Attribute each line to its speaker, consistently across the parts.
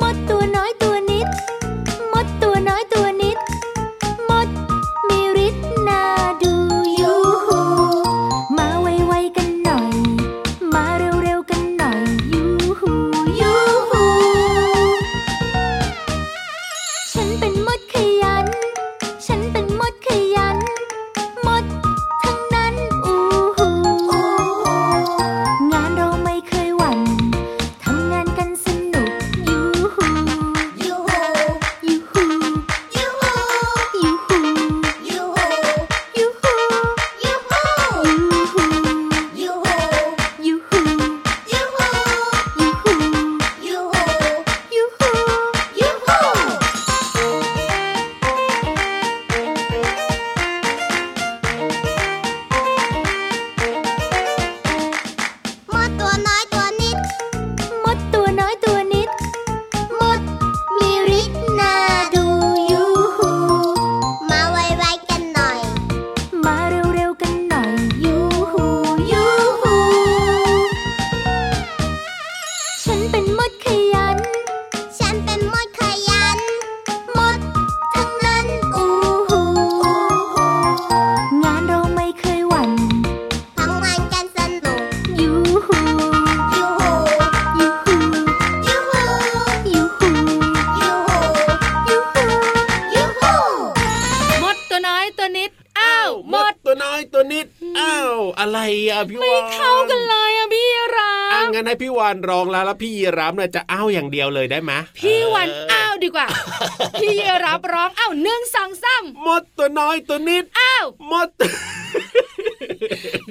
Speaker 1: มดตัวน้อยตัวนิด มดตัวน้อยตัวนิด มดมีฤทธิ์น่าดูยูหูมาไวๆกันหน่อย มาเร็วๆกันหน่อยยูหูยูหูฉันเป็นมดขยัน ฉันเป็นมดขยัน มดทั้งนั้นอูหูงานเราไม่เคยหวั่น ทำงานกันสนุกยูฮูยูฮูยูฮูยูฮูยูฮูยูฮูยูฮูยูฮูยูฮูยูฮูยูฮูยูฮูยูฮูยูฮูยูฮูยูฮู
Speaker 2: มดตัวน้อยตัวนิด
Speaker 1: มดตัวน้อยตัวนิด มดมีฤทธิ์น่าดูยูฮู
Speaker 2: มาไวๆกันหน่อย
Speaker 1: มาเร็วๆกันหน่อยยูฮูยูฮู ฉันเป็นมดขยัน
Speaker 2: ฉันเป็นมดขยัน
Speaker 1: มดทั้งนั้นอู้หูงานเราไม่เคยหวั่น
Speaker 2: ทำงานกันสนุก
Speaker 1: ยูหู
Speaker 2: ยูหู
Speaker 1: ยูหู
Speaker 2: ยูหู
Speaker 1: ยู
Speaker 2: ยูหู
Speaker 1: หูยูหู
Speaker 2: ยูหู
Speaker 3: มดตัวน้อยตัวนิด อ้าวมด
Speaker 4: ตัวน้อยตัวนิด อ้าว อะไรอ่ะพี่วาน
Speaker 3: เข้ากันเลยอะพี่รั
Speaker 4: อ่ะ
Speaker 3: ง
Speaker 4: งั้นให้พี่วานร้องแล้วแล้วพี่ยีรับเนี่ยจะอ้าวอย่างเดียวเลยได้ไหม
Speaker 3: พี่วัน
Speaker 4: เ
Speaker 3: อ้าวดีกว่า พี่รับร้องอ้าวหนึ่งสองสาม
Speaker 4: มดตัวน้อยตัวนิด
Speaker 3: อ้าว
Speaker 4: มด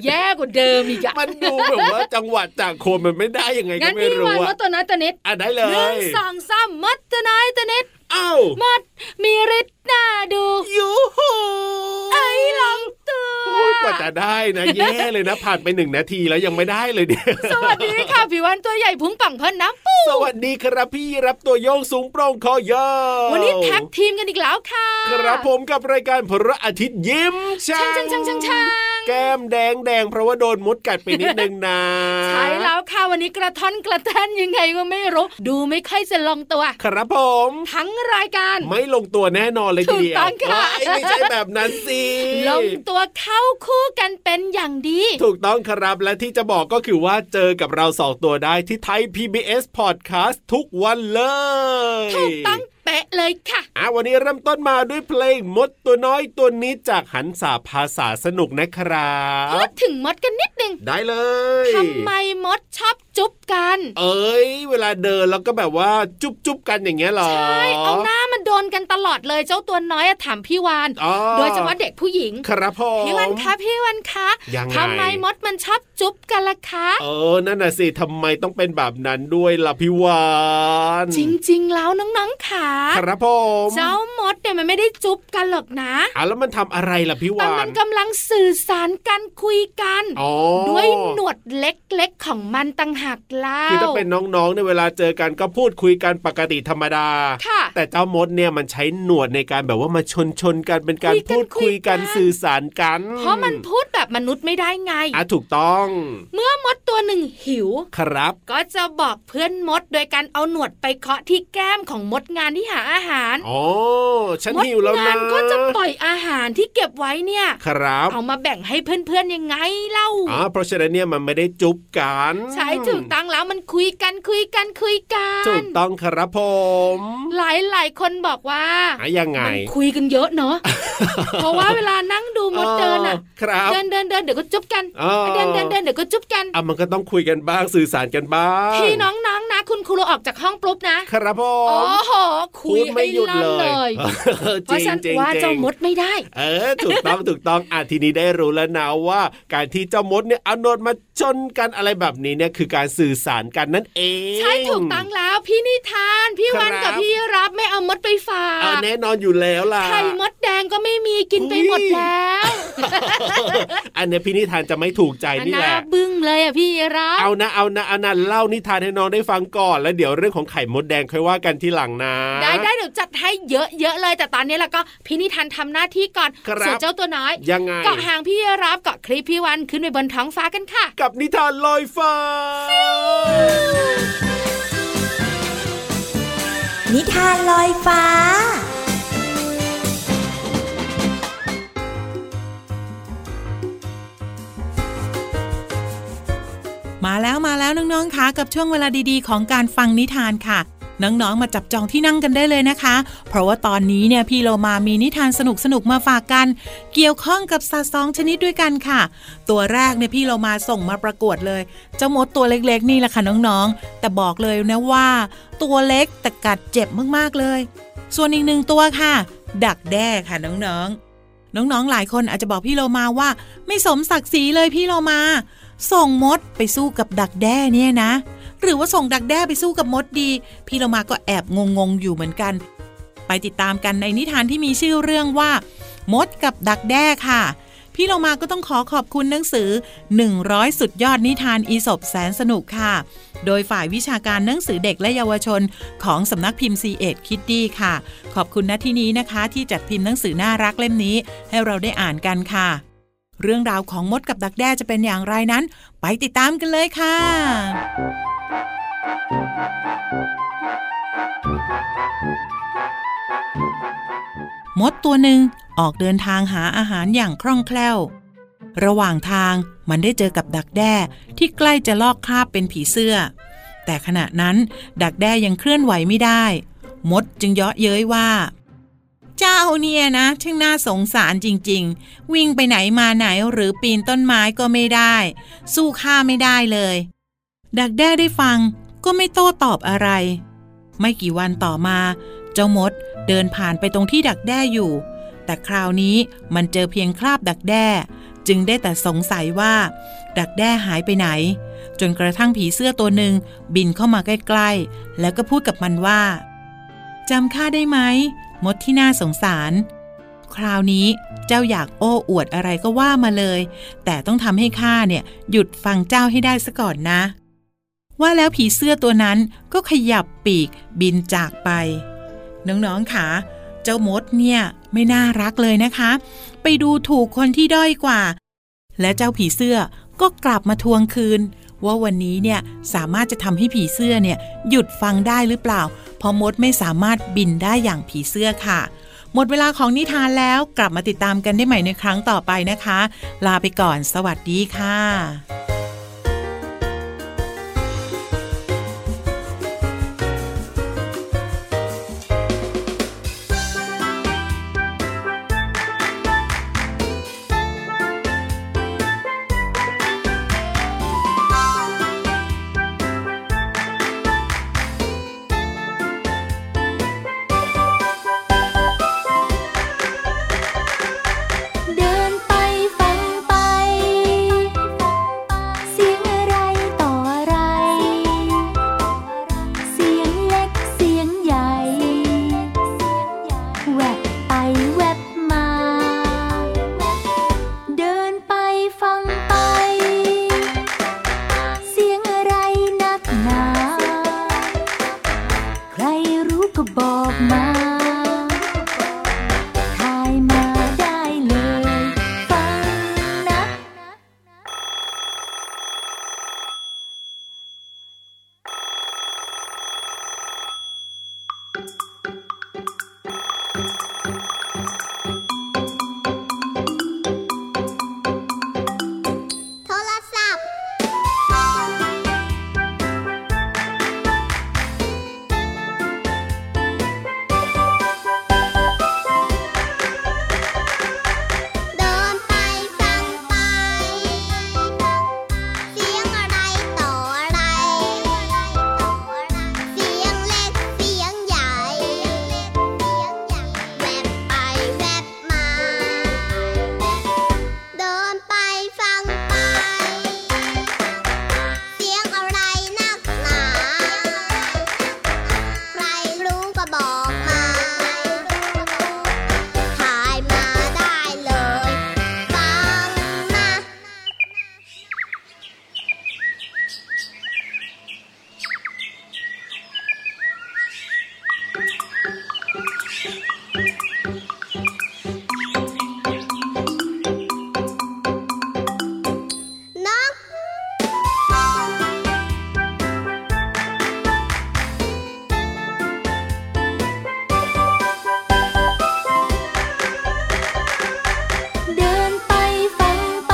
Speaker 3: แย่กว่าเดิมอีกอะ
Speaker 4: มันดูแบบว่าจังหวะจากโคนมันไม่ได้ยังไงก็
Speaker 3: งั้น
Speaker 4: ไม่
Speaker 3: พี่วั
Speaker 4: รู้
Speaker 3: นม
Speaker 4: อ่ะ
Speaker 3: ดตัวน้อยตัวนิด
Speaker 4: อ่ะได้เล
Speaker 3: หนึ่ง
Speaker 4: ย
Speaker 3: สองสามมดตัวน้อยตัวนิด
Speaker 4: อ้าว
Speaker 3: มดมีฤทธิ์น่าดู
Speaker 4: ยูหู
Speaker 3: เอ้ยลองตัว
Speaker 4: โอ้ยกว่าจะได้ นะแย่เลยนะผ่านไปหนึ่งนาทีแล้วยังไม่ได้เลยเนี่ย
Speaker 3: สวัสดีค่ะพี่วันตัวใหญ่พุงปังพันน้ำปู
Speaker 4: สวัสดีครับพี่รับตัวโยงสูงโปร่งคอเยา
Speaker 3: วันนี้แท็กทีมกันอีกแล้วค่ะ
Speaker 4: ครับผมกับรายการพระอาทิตย์ยิ้มช่า
Speaker 3: ช่างช่างช่างช่างช่าง
Speaker 4: แก้มแดงแดงเพราะว่าโดนมดกัดไปนิดนึงนะ
Speaker 3: ใช่แล้วค่ะวันนี้กระท่อนกระแท่นยังไงก็ไม่รู้ ดูไม่ค่อยจะลงตัว
Speaker 4: ครับผม
Speaker 3: ทั้งรายการ
Speaker 4: ไม่ลงตัวแน่นอนเลยทีเดีย
Speaker 3: ถู
Speaker 4: ว
Speaker 3: กต้องค่ะ
Speaker 4: ว้ายไม่ใช่แบบนั้นสิ
Speaker 3: ลงตัวเข้าคู่กันเป็นอย่างดี
Speaker 4: ถูกต้องครับและที่จะบอกก็คือว่าเจอกับเราสองตัวได้ที่ไทย PBS Podcast ทุกวันเลย
Speaker 3: ถูกต้องเป๊ะเลยค่ะ
Speaker 4: อ่ะวันนี้เริ่มต้นมาด้วยเพลงมดตัวน้อยตัวนี้จากหันสาภาษาสนุกนะครั
Speaker 3: พู
Speaker 4: บ
Speaker 3: ดถึงมดกันนิดนึง
Speaker 4: ได้เลย
Speaker 3: ทำไมมดชอบจุ๊บกัน
Speaker 4: เอ้ย เวลาเดินแล้วก็แบบว่าจุ๊บจุบๆกันอย่างเงี้ยเหรอ
Speaker 3: ใช่ เอาหน้ามันโดนกันตลอดเลยเจ้าตัวน้อยอะถามพี่วาน
Speaker 4: อ๋อ
Speaker 3: โดยเฉพาะเด็กผู้หญิง
Speaker 4: ครับผม
Speaker 3: พี่วันคะพี่วันคะ
Speaker 4: ยังไง
Speaker 3: ทำไมมดมันชอบจุ๊บกันล่ะคะ
Speaker 4: เออนั่นน่ะสิทำไมต้องเป็นแบบนั้นด้วยล่ะพี่วาน
Speaker 3: จริงๆ แล้วน้องๆขา
Speaker 4: ครับผม
Speaker 3: เจ้ามดเนี่ยมันไม่ได้จุ๊บกันหรอกนะ
Speaker 4: อ่ะแล้วมันทำอะไรล่ะพี่
Speaker 3: แต่
Speaker 4: วา
Speaker 3: มัน นกำลังสื่อสารกันคุยกัน
Speaker 4: อ๋อ
Speaker 3: ด้วยหนวดเล็กๆของมันต่างหากแล้
Speaker 4: คือ
Speaker 3: ว
Speaker 4: ถ้าเป็นน้องๆในยเวลาเจอกันก็พูดคุยกันปกติธรรมดา
Speaker 3: ค่ะ
Speaker 4: แต่เจ้ามดเนี่ยมันใช้หนวดในการแบบว่ามาชนชนๆกันเป็นการ
Speaker 3: คุยกัน
Speaker 4: พูดคุยกัน
Speaker 3: คุยกัน
Speaker 4: สื่อสารกัน
Speaker 3: เพราะมันพูดแบบมนุษย์ไม่ได้ไง
Speaker 4: อ่ะถูกต้อง
Speaker 3: เมื่อมดตัวหนึ่งหิว
Speaker 4: ครับ
Speaker 3: ก็จะบอกเพื่อนมดโดยการเอาหนวดไปเคาะที่แก้มของมดงานที่หาอาหาร
Speaker 4: อ๋อ ฉัน
Speaker 3: มด
Speaker 4: หิวแล้ว
Speaker 3: งา
Speaker 4: นะ
Speaker 3: นก็จะปล่อยอาหารที่เก็บไว้เนี่ย
Speaker 4: ครับ
Speaker 3: เอามาแบ่งให้เพื่อนๆยังไงเล่า
Speaker 4: อ๋อเพราะฉะนั้นเนี่ยมันไม่ได้จุ๊บกัน
Speaker 3: ใช้ถูกต้องแล้วมันคุยกันคุยกันคุยกัน
Speaker 4: ถูกต้องครับผม
Speaker 3: หลายหลายๆคนบอกว่า
Speaker 4: อ่ะยังไง
Speaker 3: มัคุยกันเยอะเนาะ เพราะว่าเวลานั่งดูมดเดินอ่ะ
Speaker 4: ครับ
Speaker 3: เดินเดินเดินเดี๋ยวก็จุ๊บกัน
Speaker 4: อ๋อ
Speaker 3: เดินเดินเดินเดี๋ยวก็จุ๊บกัน
Speaker 4: อ่ะมันก็ต้องคุยกันบ้างสื่อสารกันบ้าง
Speaker 3: ที่น้องๆนะ คุณครูเราออกจากห้องปุ๊บนะครับ
Speaker 4: ผ
Speaker 3: โอ้
Speaker 4: ม
Speaker 3: โหคุย
Speaker 4: พูดไม่หยุดเล
Speaker 3: ให้นเลย ย
Speaker 4: ออ
Speaker 3: เพราะฉะนั้น
Speaker 4: จริงๆ
Speaker 3: ว่าเจ้า
Speaker 4: จริง
Speaker 3: มดไม่ได้
Speaker 4: เออถูกต้อง ถูกต้องอ่ะทีนี้ได้รู้แล้วนะว่า การที่เจ้ามดเนี่ยเอาหนวดมาชนกันอะไรแบบนี้เนี่ยคือการสื่อสารกันนั่นเอง
Speaker 3: ใช่ถูกต้องแล้วพี่นิทาน พี่วัน
Speaker 4: ครั
Speaker 3: กับ บพี่รับไม่เอามดไปฝา
Speaker 4: เอา
Speaker 3: ก
Speaker 4: แน่นอนอยู่แล้วล่ะ
Speaker 3: ไข่มดแดงก็ไม่มีกินไป
Speaker 4: อุ๊ย
Speaker 3: หมดแล้ว
Speaker 4: อันเนี้ยพี่นิทานจะไม่ถูกใจนี่
Speaker 3: ห
Speaker 4: แห
Speaker 3: น้า
Speaker 4: ละ
Speaker 3: บึ้งเลยอ่ะพี่รับ
Speaker 4: เอานะเอานะเอานะเล่านิทานให้น้องได้ฟังก่อน แล้วเดี๋ยวเรื่องของไข่มดแดงค่อยว่ากันทีหลังนะ
Speaker 3: ได้ได้เดี๋ยวจัดให้เยอะๆเลย แต่ตอนนี้แล้วก็พี่นิทานทำหน้าที่ก่อน
Speaker 4: ครับ
Speaker 3: ส่วนเจ้าตัวน้อย
Speaker 4: ยังไง
Speaker 3: เกาะหางพี่รับเกาะคลิปพี่วันขึ้นไปบนท้องฟ้ากันค่ะ
Speaker 4: กับนิทานลอยฟ้า
Speaker 5: นิทานลอยฟ้า
Speaker 6: มาแล้วมาแล้วน้องๆคะกับช่วงเวลาดีๆ ของการฟังนิทานค่ะ น้องๆ มาจับจองที่นั่งกันได้เลยนะคะ เพราะว่าตอนนี้เนี่ยพี่โลมามีนิทานสนุกๆมาฝากกัน เกี่ยวข้องกับสัตว์สองชนิดด้วยกันค่ะ ตัวแรกเนี่ยพี่โลมาส่งมาประกวดเลยเจ้ามดตัวเล็กๆ นี่แหละค่ะน้องๆ แต่บอกเลยนะว่า ตัวเล็กแต่กัดเจ็บมากๆเลย ส่วนอีกหนึ่งตัวค่ะ ดักแด้ค่ะน้องๆ น้องๆ หลายคนอาจจะบอกพี่โลมาว่า ไม่สมศักดิ์ศรีเลยพี่โลมา ส่งมดไปสู้กับดักแด้เนี่ยนะ หรือว่าส่งดักแด้ไปสู้กับมดดี พี่เรามาก็แอบงงๆอยู่เหมือนกัน ไปติดตามกันในนิทานที่มีชื่อเรื่องว่า มดกับดักแด้ค่ะ พี่เรามาก็ต้องขอขอบคุณหนังสือ 100 สุดยอดนิทานอีสบแสนสนุกค่ะ โดยฝ่ายวิชาการหนังสือเด็กและเยาวชน ของสำนักพิมพ์ c ีเอ็ดคิดดีค่ะ ขอบคุณณที่นี้นะคะ ที่จัดพิมพ์หนังสือน่ารักเล่มนี้ ให้เราได้อ่านกันค่ะ เรื่องราวของมดกับดักแด้จะเป็นอย่างไรนั้น ไปติดตามกันเลยค่ะ มดตัวหนึ่งออกเดินทางหาอาหารอย่างคล่องแคล่ว ระหว่างทางมันได้เจอกับดักแด้ที่ใกล้จะลอกคราบเป็นผีเสื้อ แต่ขณะนั้นดักแด้ยังเคลื่อนไหวไม่ได้ มดจึงเยาะเย้ยว่า เจ้าเนี่ยนะช่างน่าสงสารจริงๆ วิ่งไปไหนมาไหนหรือปีนต้นไม้ก็ไม่ได้ สู้ข้าไม่ได้เลย ดักแด้ได้ฟังก็ไม่โต้ตอบอะไร ไม่กี่วันต่อมา เจ้ามดเดินผ่านไปตรงที่ดักแด้อยู่ แต่คราวนี้มันเจอเพียงคราบดักแด้ จึงได้แต่สงสัยว่า ดักแด้หายไปไหน จนกระทั่งผีเสื้อตัวหนึ่งบินเข้ามาใกล้ๆ แล้วก็พูดกับมันว่า จำข้าได้ไหม มดที่น่าสงสาร คราวนี้เจ้าอยากโอ้อวดอะไรก็ว่ามาเลย แต่ต้องทำให้ข้าเนี่ย หยุดฟังเจ้าให้ได้ซะก่อนนะ ว่าแล้วผีเสื้อตัวนั้นก็ขยับปีกบินจากไป น้องๆค่ะ เจ้ามดเนี่ยไม่น่ารักเลยนะคะ ไปดูถูกคนที่ด้อยกว่า และเจ้าผีเสื้อก็กลับมาทวงคืน ว่าวันนี้เนี่ยสามารถจะทำให้ผีเสื้อเนี่ยหยุดฟังได้หรือเปล่า เพราะมดไม่สามารถบินได้อย่างผีเสื้อค่ะ หมดเวลาของนิทานแล้วกลับมาติดตามกันได้ใหม่ในครั้งต่อไปนะคะ ลาไปก่อนสวัสดีค่ะ
Speaker 1: เดินไปฟังไป
Speaker 2: ไ นก
Speaker 1: เดินไปฟังไป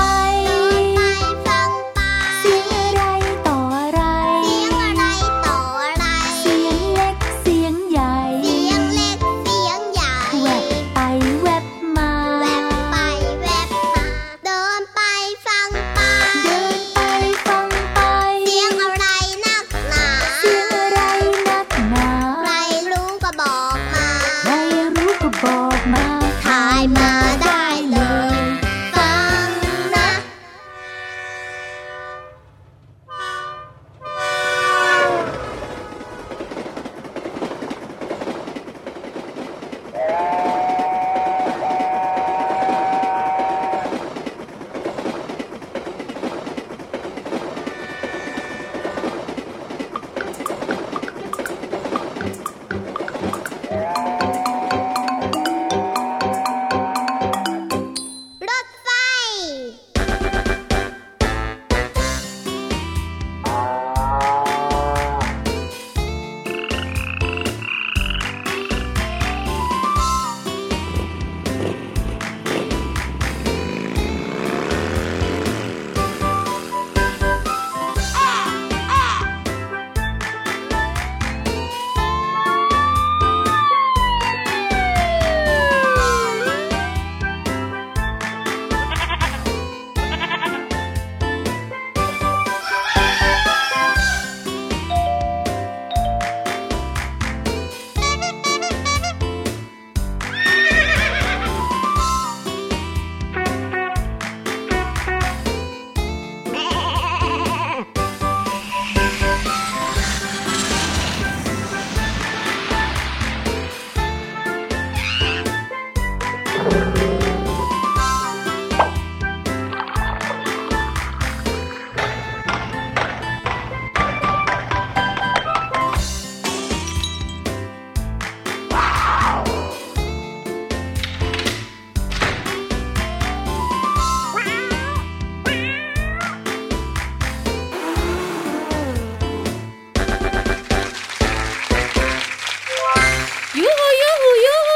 Speaker 2: ไปฟังไป
Speaker 1: เสียงอะไรต่ออะไร
Speaker 2: เสียงอะไรต่ออะไร
Speaker 1: เสียงเล็กเสียงใหญ่
Speaker 2: เสียงเล็กเสียงใหญ่
Speaker 1: แวบไปแวบมา
Speaker 2: แวบไปแวบมา เดินไปฟังไป
Speaker 1: เดินไปฟังไป
Speaker 2: เสียงอะไรนักหนา
Speaker 1: เสียงอะไรนักหนา
Speaker 2: ใครรู้ก็บอกมา
Speaker 1: ไม่รู้ก็บอกมา
Speaker 2: ถ่ายมาได้เลย ฟังนะ รถไฟ
Speaker 3: ยูฮูยูฮูยูฮู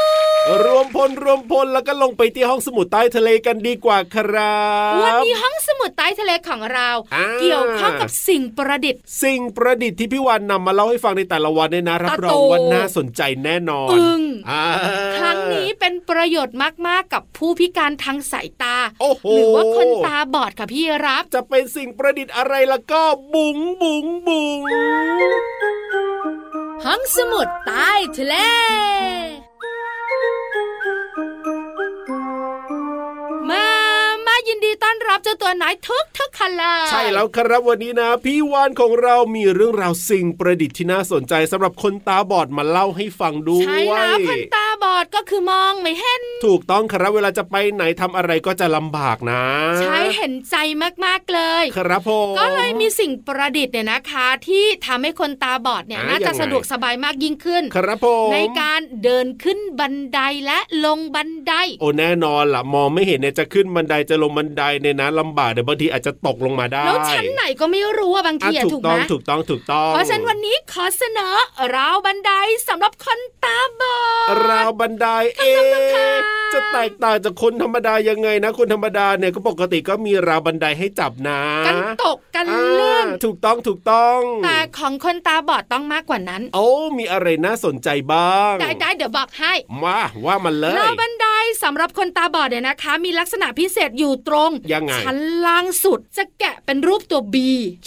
Speaker 4: รวมพลรวมพลแล้วก็ลงไปที่ห้องสมุดใต้ทะเลกันดีกว่าครั
Speaker 3: วัน
Speaker 4: บ
Speaker 3: นี้ห้องสมุดใต้ทะเลของเรา
Speaker 4: อ่า
Speaker 3: เกี่ยวข้องกับสิ่งประดิษฐ์
Speaker 4: สิ่งประดิษฐ์ที่พี่วันนำมาเล่าให้ฟังในแต่ละวันเนี่ยนะรับรองว่าน่าสนใจแน่นอน
Speaker 3: อึ่ง
Speaker 4: อ่า
Speaker 3: ครั้งนี้เป็นประโยชน์มาก ๆ กับผู้พิการทางสายตา
Speaker 4: โอ้โห
Speaker 3: หรือว่าคนตาบอดค่ะพี่รับ
Speaker 4: จะเป็นสิ่งประดิษฐ์อะไรแล้วก็บุ๋งบุ๋งบุ๋ง
Speaker 3: ห้องสมุดใต้ทะเล มา มายินดีต้อนรับเจ้าตัวน้อยทุกทุกๆคนเลย
Speaker 4: ใช่แล้วครับวันนี้นะพี่วานของเรามีเรื่องราวสิ่งประดิษฐ์ที่น่าสนใจสำหรับคนตาบอดมาเล่าให้ฟังด้วย
Speaker 3: ใช่แล้วคนตาบอดก็คือมองไม่เห็น
Speaker 4: ถูกต้องครับเวลาจะไปไหนทำอะไรก็จะลำบากนะ
Speaker 3: ใช่เห็นใจมาก ๆ เลย
Speaker 4: ครับผม
Speaker 3: ก็เลยมีสิ่งประดิษฐ์เนี่ยนะคะ ที่ทำให้คนตาบอดเนี่ย
Speaker 4: อ่า
Speaker 3: น่าจะ
Speaker 4: ยังไง
Speaker 3: สะดวกสบายมากยิ่งขึ้น
Speaker 4: ครับผม
Speaker 3: ในการเดินขึ้นบันไดและลงบันได
Speaker 4: โอ้แน่นอนล่ะมองไม่เห็นเนี่ยจะขึ้นบันไดจะลงบันไดเนี่ยนะลำบากเดี๋ยวบางทีอาจจะตกลงมาได้
Speaker 3: แล้วชั้นไหนก็ไม่รู้อะบาง
Speaker 4: อ่ะ
Speaker 3: ทีอะ
Speaker 4: ถู
Speaker 3: ถู
Speaker 4: ก
Speaker 3: ก
Speaker 4: ต้
Speaker 3: ไห
Speaker 4: อ
Speaker 3: ม
Speaker 4: งถูกต้องถูกต้อง
Speaker 3: เพราะฉะนั้นวันนี้ขอเสนอราวบันไดสำหรับคนตาบอด
Speaker 4: ราวบันไดเอ๊
Speaker 3: ค่ะ
Speaker 4: ะจะแตกต่างจากคนธรรมดายังไงนะ คนธรรมดาเนี่ยก็ปกติก็มีราวบันไดให้จับนะ
Speaker 3: กันตกกันเลื่อน
Speaker 4: อ่าถูกต้องถูกต้อง
Speaker 3: แต่ของคนตาบอดต้องมากกว่านั้น
Speaker 4: โอ้มีอะไรน่าสนใจบ้าง
Speaker 3: ได้ได้เดี๋ยวบอกให้
Speaker 4: มาว่ามันเลย
Speaker 3: ราวบันไดสำหรับคนตาบอดเนี่ยนะคะ มีลักษณะพิเศษอยู่ตรง
Speaker 4: ยังไง
Speaker 3: ชั้นล่างสุดจะแกะเป็นรูปตัว B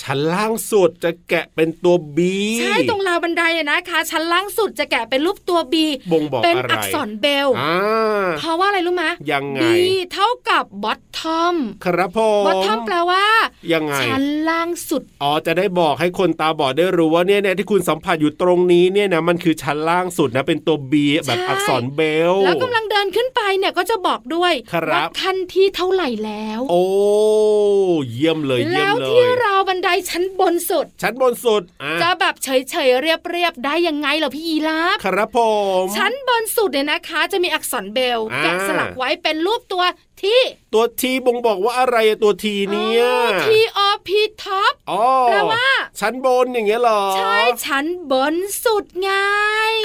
Speaker 4: ชั้นล่างสุดจะแกะเป็นตัว B
Speaker 3: ใช่ตรงราวบันไดอะนะคะ ชั้นล่างสุดจะแกะเป็นรูปตัว B
Speaker 4: บ่งบอก
Speaker 3: เป็น
Speaker 4: อะไร
Speaker 3: อักษรเบล
Speaker 4: อ่า
Speaker 3: เพราะว่าอะไรรู้ไหมะ
Speaker 4: ยังไง
Speaker 3: ดีเท่ากับบอททอม
Speaker 4: ครับผ
Speaker 3: บอท
Speaker 4: ม
Speaker 3: ทอมแปลว่า
Speaker 4: ยังไง
Speaker 3: ชั้นล่างสุด
Speaker 4: อ๋อจะได้บอกให้คนตาบอดได้รู้ว่าเนี่ยเนี่ยที่คุณสัมผัสอยู่ตรงนี้เนี่ยนะมันคือชั้นล่างสุดนะเป็นตัว B แบบ
Speaker 3: ใช่
Speaker 4: อักษรเบล
Speaker 3: แล้วกำลังเดินขึ้นไปเนี่ยก็จะบอกด้วย
Speaker 4: ครับ
Speaker 3: ว่าขั้นที่เท่าไหร่แล้ว
Speaker 4: โอ้เยี่ยมเลยเยี่ย
Speaker 3: แล้
Speaker 4: ม
Speaker 3: ว
Speaker 4: เล
Speaker 3: ที่
Speaker 4: ย
Speaker 3: เราวบันไดชั้นบนสุด
Speaker 4: ชั้นบนสุดอ่ะ
Speaker 3: จะแบบเฉยๆเรียบๆได้ยังไงเหรอพี่ยีราฟ
Speaker 4: ครับผม
Speaker 3: ชั้นบนสุดเนี่ยนะคะ จะมีอักษรเบล
Speaker 4: อ่า
Speaker 3: แกะสลักไว้เป็นรูปตัวที่
Speaker 4: ตัวทีบ่งบอกว่าอะไรอะตัวทีเนี่ย
Speaker 3: ทีออพีท็อป
Speaker 4: อ๋อ
Speaker 3: แปลว่า
Speaker 4: ชั้นบนอย่างเงี้ยเหรอ
Speaker 3: ใช่ชั้นบนสุดไง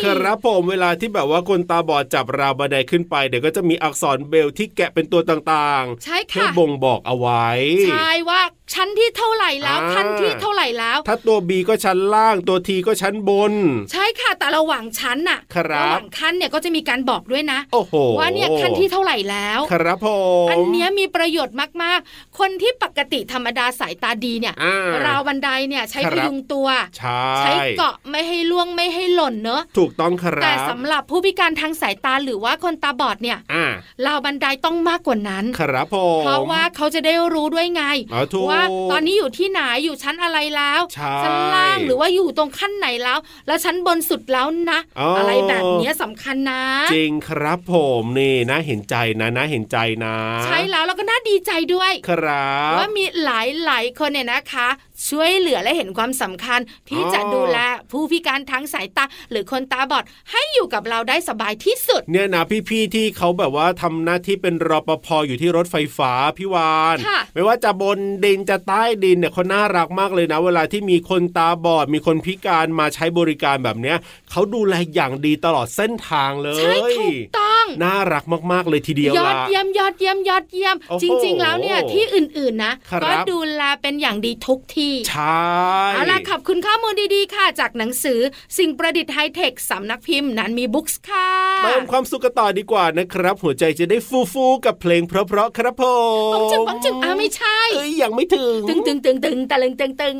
Speaker 4: ครับผมเวลาที่แบบว่าคนตาบอดจับราวบันไดขึ้นไป เดี๋ยวก็จะมีอักษรเบลที่แกะเป็นตัวต่าง
Speaker 3: ใช่
Speaker 4: ๆ เพื่อ
Speaker 3: ค่ะ
Speaker 4: บ่งบอกเอาไว้
Speaker 3: ใช่ว่าชั้นที่เท่าไหร่แล้ว
Speaker 4: อ่า
Speaker 3: ขั้นที่เท่าไหร่แล้ว
Speaker 4: ถ้าตัว B ก็ชั้นล่างตัว T ก็ชั้นบน
Speaker 3: ใช่ค่ะแต่ระหว่างชั้นน่ะ
Speaker 4: ครับ
Speaker 3: ระหว่างขั้นเนี่ยก็จะมีการบอกด้วยนะ
Speaker 4: โอ้โห
Speaker 3: ว่าเนี่ยขั้นที่เท่าไหร่แล้ว
Speaker 4: ครับผม
Speaker 3: อันเนี้ยมีประโยชน์มาก ๆ คนที่ปกติธรรมดาสายตาดีเนี่ย
Speaker 4: อ่
Speaker 3: ราวบันไดเนี่ยใช้
Speaker 4: ครั
Speaker 3: พ
Speaker 4: บ
Speaker 3: ยุงตัว
Speaker 4: ใช่
Speaker 3: ใช้เกาะไม่ให้ล่วงไม่ให้หล่นเนอะ
Speaker 4: ถูกต้องครับ
Speaker 3: แต่สำหรับผู้พิการทางสายตาหรือว่าคนตาบอดเนี่ย
Speaker 4: อ่าร
Speaker 3: าวบันไดต้องมากกว่านั้น
Speaker 4: ครับผม
Speaker 3: เพราะว่าเขาจะได้รู้ด้วยไง
Speaker 4: อ๋อถูก
Speaker 3: ว่าตอนนี้อยู่ที่ไหนอยู่ชั้นอะไรแล้ว
Speaker 4: ใช่
Speaker 3: ชั้นล่างหรือว่าอยู่ตรงขั้นไหนแล้ว แล้วชั้นบนสุดแล้วนะ
Speaker 4: อ๋ออ
Speaker 3: ไรแบบเนี้ยสำคัญนะ
Speaker 4: จริงครับผมนี่นะเห็นใจนะนะเห็นใจนะ
Speaker 3: ใช่แล้วแล้วก็น่าดีใจด้วย
Speaker 4: ครับ
Speaker 3: ว่ามีหลายหลายๆคนเนี่ยนะคะ ช่วยเหลือและเห็นความสำคัญที่
Speaker 4: อ๋อ
Speaker 3: จะดูแลผู้พิการทั้งสายตา หรือคนตาบอดให้อยู่กับเราได้สบายที่สุด
Speaker 4: เนี่ยนะพี่ๆที่เขาแบบว่าทำหน้าที่เป็นรปภอยู่ที่รถไฟฟ้าพี่วาน
Speaker 3: ค่ะ
Speaker 4: ไม่ว่าจะบนดินจะใต้ดินเนี่ยเขาน่ารักมากเลยนะ เวลาที่มีคนตาบอด มีคนพิการมาใช้บริการแบบเนี้ยเขาดูแลอย่างดีตลอดเส้นทางเลย
Speaker 3: ใช่ถูกต้อง
Speaker 4: น่ารักมากๆเลยทีเดียว
Speaker 3: อ
Speaker 4: ย
Speaker 3: ด
Speaker 4: ล่ะ
Speaker 3: เยี่ยมยอดเยี่ยมยอดเยี่ยม
Speaker 4: โอ้โห
Speaker 3: จริง ๆ แล้วเนี่ยที่อื่นๆนะครับ ก็ดูแลเป็นอย่างดีทุกที่
Speaker 4: ใช่
Speaker 3: เอาล่ะขอบคุณข้อมูลดีๆ ค่ะ จากหนังสือสิ่งประดิษฐ์ไฮเทคสำนักพิมพ์นันมีบุ๊กส์ค่ะ
Speaker 4: เติมความสุขกันต่อดีกว่านะครับ หัวใจจะได้ฟูฟูๆกับเพลงเพราะๆครับผม
Speaker 3: ปังจึงปังจึงอ้าไม่ใช่
Speaker 4: เอ้ยยังไม่ถึง
Speaker 3: ตึงตึงตึงตึงตะลึงตึงตึง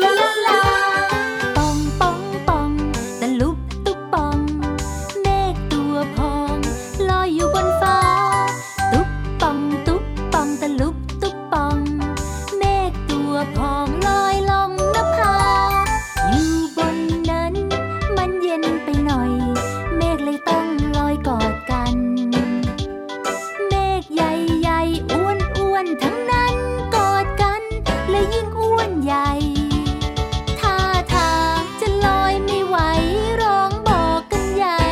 Speaker 1: ป่องป่องป่องตะลุบตุบป่องเมฆตัวพองลอยอยู่บนฟ้า ตุ๊บป่องตุ๊บป่องตะลุบตุบป่องเมฆตัวพองลอยลงนภาอยู่บนนั้น มันเย็นไปหน่อย เมฆเลยต้องลอยกอดกัน เมฆใหญ่ๆอ้วนอ้วนๆทั้งนั้นกอดกันและยิ่งอ้วนใหญ่ ท่าทางจะลอยไม่ไหวร้องบอกกันใหญ่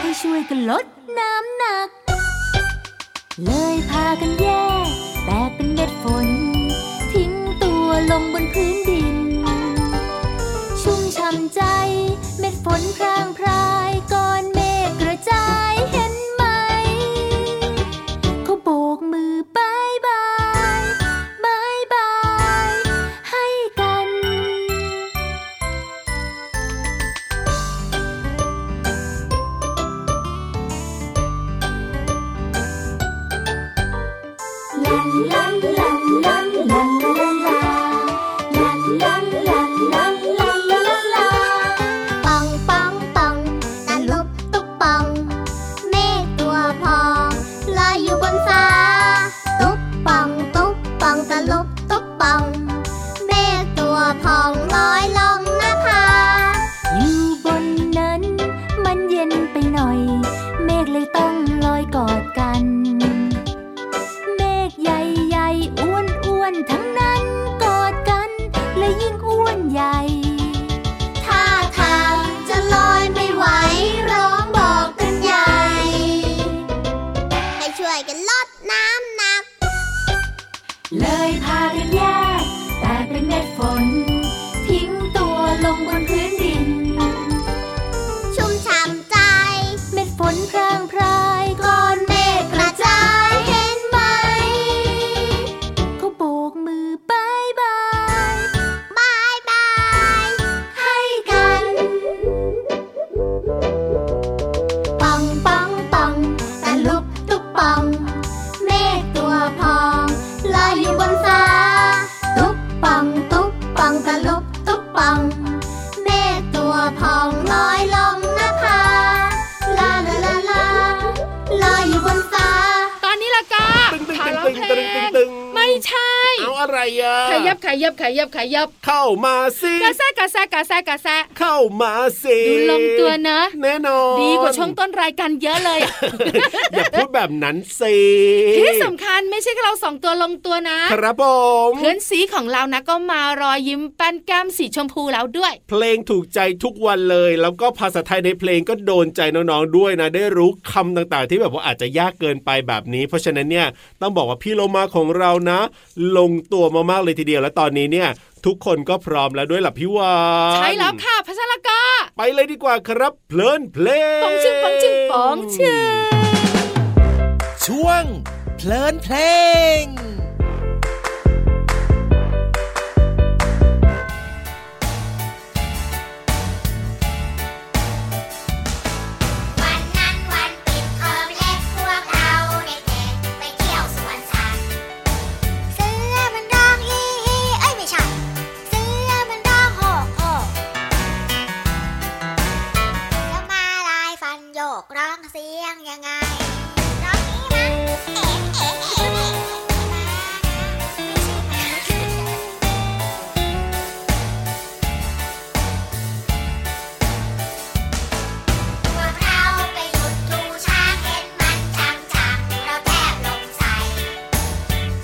Speaker 1: ให้ช่วยกันลดน้ำหนัก เลยพากันแยกแตกเป็นเม็ดฝน ทิ้งตัวลงบนพื้นดิน ชุ่มช่ำใจเม็ดฝนพรางพรายก้อนเมฆกระจายเห็นไหม เขาโบกมือบายบายบายบาย ให้กัน
Speaker 7: ปองปองปองตะลุบตุกปอง เมฆตัวพองลอยอยู่บนฟ้า ตุกปองตุกปองตะลุบตุกปอง เมฆตัวพองลอยลงหน้าผา
Speaker 1: อยู่บนนั้น มันเย็นไปหน่อย เมฆเลยต้องลอยกอดกัน เมฆใหญ่ๆอ้วนอ้วนๆทั้งนั้นกอดกัน และยิ่งอ้วนใหญ่
Speaker 7: ท่าทางจะลอยไม่ไหวร้องบอกกันใหญ่ ให้ช่วยกันลดน้ำหนัก
Speaker 1: เลยพากันแยกแต่เป็นเม็ดฝน ทิ้งตัวลงบนพื้นดิน
Speaker 7: ชุ่มช่ำใจ
Speaker 1: เม็ดฝนพรางพรายก็
Speaker 7: ก้อนเมฆกระจายเห็นไหม
Speaker 1: เขาโบกมือบายบาย
Speaker 7: บายบาย
Speaker 4: ตึง
Speaker 3: ง
Speaker 4: ตึงๆ
Speaker 3: ไม่ใช่
Speaker 4: เอาอะไรอ่ะ
Speaker 3: ขยับขยับขยับขยับ
Speaker 4: เข้ามาสิ
Speaker 3: กระแซะกระแซะกระแซะกระแซะ
Speaker 4: เข้ามาสิ
Speaker 3: ดูลงตัวนะ
Speaker 4: แน่นอน
Speaker 3: ดีกว่าช่วงต้นรายการเยอะเลย
Speaker 4: อย่าพูดแบบนั้นสิ
Speaker 3: ที่สำคัญไม่ใช่แค่เราสองตัวลงตัวนะครับ
Speaker 4: ผม
Speaker 3: เพื่อนสีของเรานะก็มารอยยิ้มแป้นแก้มสีชมพูแล้วด้วย
Speaker 4: เพลงถูกใจทุกวันเลย แล้วก็ภาษาไทยในเพลงก็โดนใจน้องๆด้วยนะ ได้รู้คำต่างๆ ที่แบบว่าอาจจะยากเกินไปแบบนี้ เพราะฉะนั้นเนี่ยต้องบอกว่าพี่โลมาของเรานะ ลงตัวมากๆเลยทีเดียว และตอนนี้เนี่ย ทุกคนก็พร้อมแล้วด้วยหลับพี่วาน
Speaker 3: ใช่แล้วค่ะพัชรกา
Speaker 4: ไปเลยดีกว่าครับ เพลินเพลง
Speaker 3: ปองชิงปองชิงปองชิง
Speaker 8: ช่วง เพลินเพลง
Speaker 7: วันนั้นวันปิดเทอมเล็กพวกเราเด็กๆไปเที่ยวสวนสัตว์เสือมันร้องอีอีเอ้ยไม่ใช่เสือมันร้องโหกโหกแล้วมาลายฟันโยกร้องเสียงยังไงร้องนี้นะเอ๊ะเอ๊ะเอ๊ะไม่ใช่มา พวกเราไปหยุดดูช้างเห็นมันจังจังเราแทบลงใส่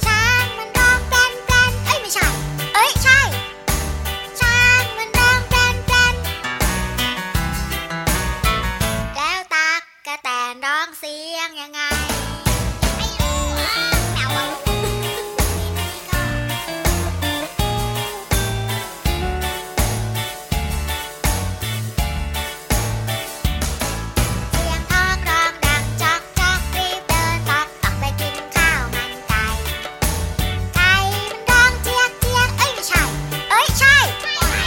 Speaker 7: ช้างมันร้องแกลนแกลนเอ้ยไม่ใช่ เอ้ยใช่ ช้างมันร้องแกลนแกลนแล้วตากกระแตนร้องเสียงยังไง ไม่รู้อ่ะแมวเอานี่ก็ เสียงท้องร้องดังจอกจ๊อกรีบเดินตักตักไปกินข้าวมันไก่ไก่มันร้องเจี๊ยกเจี๊ยกเอ้ยไม่ใช่ เอ้ยใช่ไม่ใช่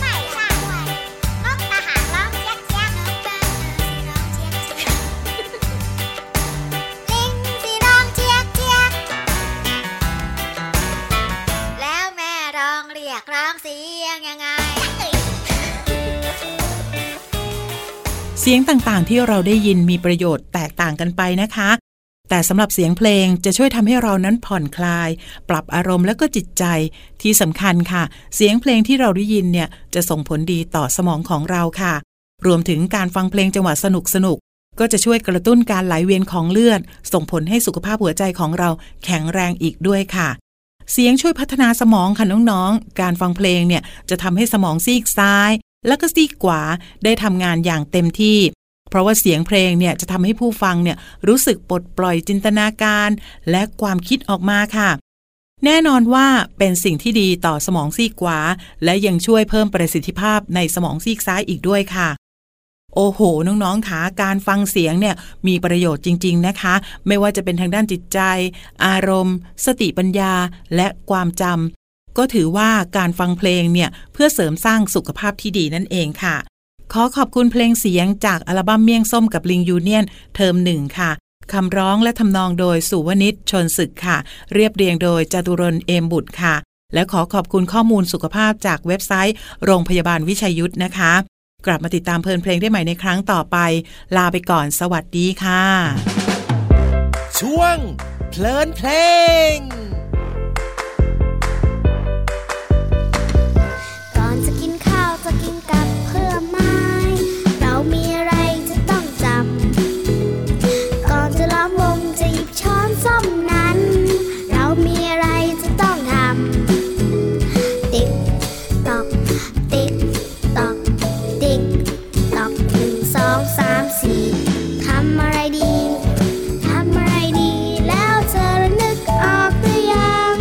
Speaker 7: ไม่ใช่นกทหารร้องเจี๊ยกเจี๊ยกนกเบิ้งเอ๋ยสิร้องเจี๊ยกเจี๊ยกลิงสิร้องเจี๊ยกเจี๊ยกแล้วแม่ร้องเรียกร้องเสียงยังไง
Speaker 6: เสียงต่างๆ ที่เราได้ยินมีประโยชน์แตกต่างกันไปนะคะ แต่สำหรับเสียงเพลงจะช่วยทำให้เรานั้นผ่อนคลาย ปรับอารมณ์และก็จิตใจที่สำคัญค่ะ เสียงเพลงที่เราได้ยินเนี่ยจะส่งผลดีต่อสมองของเราค่ะ รวมถึงการฟังเพลงจังหวะสนุกสนุกๆก็จะช่วยกระตุ้นการไหลเวียนของเลือด ส่งผลให้สุขภาพหัวใจของเราแข็งแรงอีกด้วยค่ะ เสียงช่วยพัฒนาสมองค่ะน้องๆ การฟังเพลงเนี่ยจะทำให้สมองซีกซ้าย และก็ซีกขวาได้ทำงานอย่างเต็มที่ เพราะว่าเสียงเพลงเนี่ยจะทำให้ผู้ฟังเนี่ยรู้สึกปลดปล่อยจินตนาการ และความคิดออกมาค่ะ แน่นอนว่าเป็นสิ่งที่ดีต่อสมองซีกขวา และยังช่วยเพิ่มประสิทธิภาพในสมองซีกซ้ายอีกด้วยค่ะ โอ้โห น้องๆคะการฟังเสียงเนี่ยมีประโยชน์จริง ๆ นะคะ ไม่ว่าจะเป็นทางด้านจิตใจ อารมณ์ สติปัญญา และความจำ ก็ถือว่าการฟังเพลงเนี่ย เพื่อเสริมสร้างสุขภาพที่ดีนั่นเองค่ะ ขอขอบคุณเพลงเสียงจากอัลบั้มเมี่ยงส้มกับลิงยูเนียนเทอมหนึ่งค่ะ คำร้องและทำนองโดยสุวนิชชนศึกค่ะ เรียบเรียงโดยจตุรนเอมบุตรค่ะ และขอขอบคุณข้อมูลสุขภาพจากเว็บไซต์ โรงพยาบาลวิชัยยุทธนะคะ กลับมาติดตามเพลินเพลงได้ใหม่ในครั้งต่อไป ลาไปก่อนสวัสดีค่ะ
Speaker 8: ช่วง เพลินเพลง
Speaker 7: ก่อนจะกินข้าวจะกินกับเพื่อไม้ เรามีอะไรจะต้องจำ ก่อนจะล้อมวงจะหยิบช้อนส้อมนั้น เรามีอะไรจะต้องทำ ติ๊กตอก ติ๊กตอก ติ๊กตอกหนึ่งสองสามสี่ทำอะไรดี ทำอะไรดีแล้วเธอนึกออกหรือยัง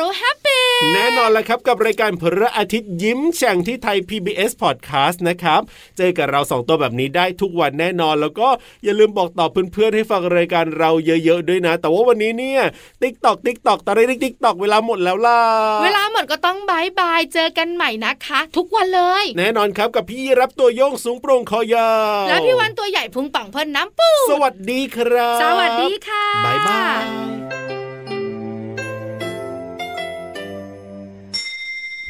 Speaker 3: รู้แฮปปี้
Speaker 4: แน่นอนแล้วครับกับรายการพระอาทิตย์ยิ้มแฉ่งที่ไทย PBS Podcast นะครับ เจอกับเราสองตัวแบบนี้ได้ทุกวันแน่นอน แล้วก็อย่าลืมบอกต่อเพื่อนๆให้ฟังรายการเราเยอะๆด้วยนะ แต่ว่าวันนี้เนี่ยติ๊กตอกติ๊กตอกตะไรติ๊กตอกเวลาหมดแล้วล่ะ
Speaker 3: เวลาหมดก็ต้องบายบายเจอกันใหม่นะคะ ทุกวันเลย
Speaker 4: แน่นอนครับกับพี่รับตัวโยงสูงโปร่งคอยาว
Speaker 3: แล้วพี่วันตัวใหญ่พุงป่องเพิ่นน้ำปู
Speaker 4: สวัสดีครับ
Speaker 3: สวัสดีค่ะ
Speaker 4: บายบาย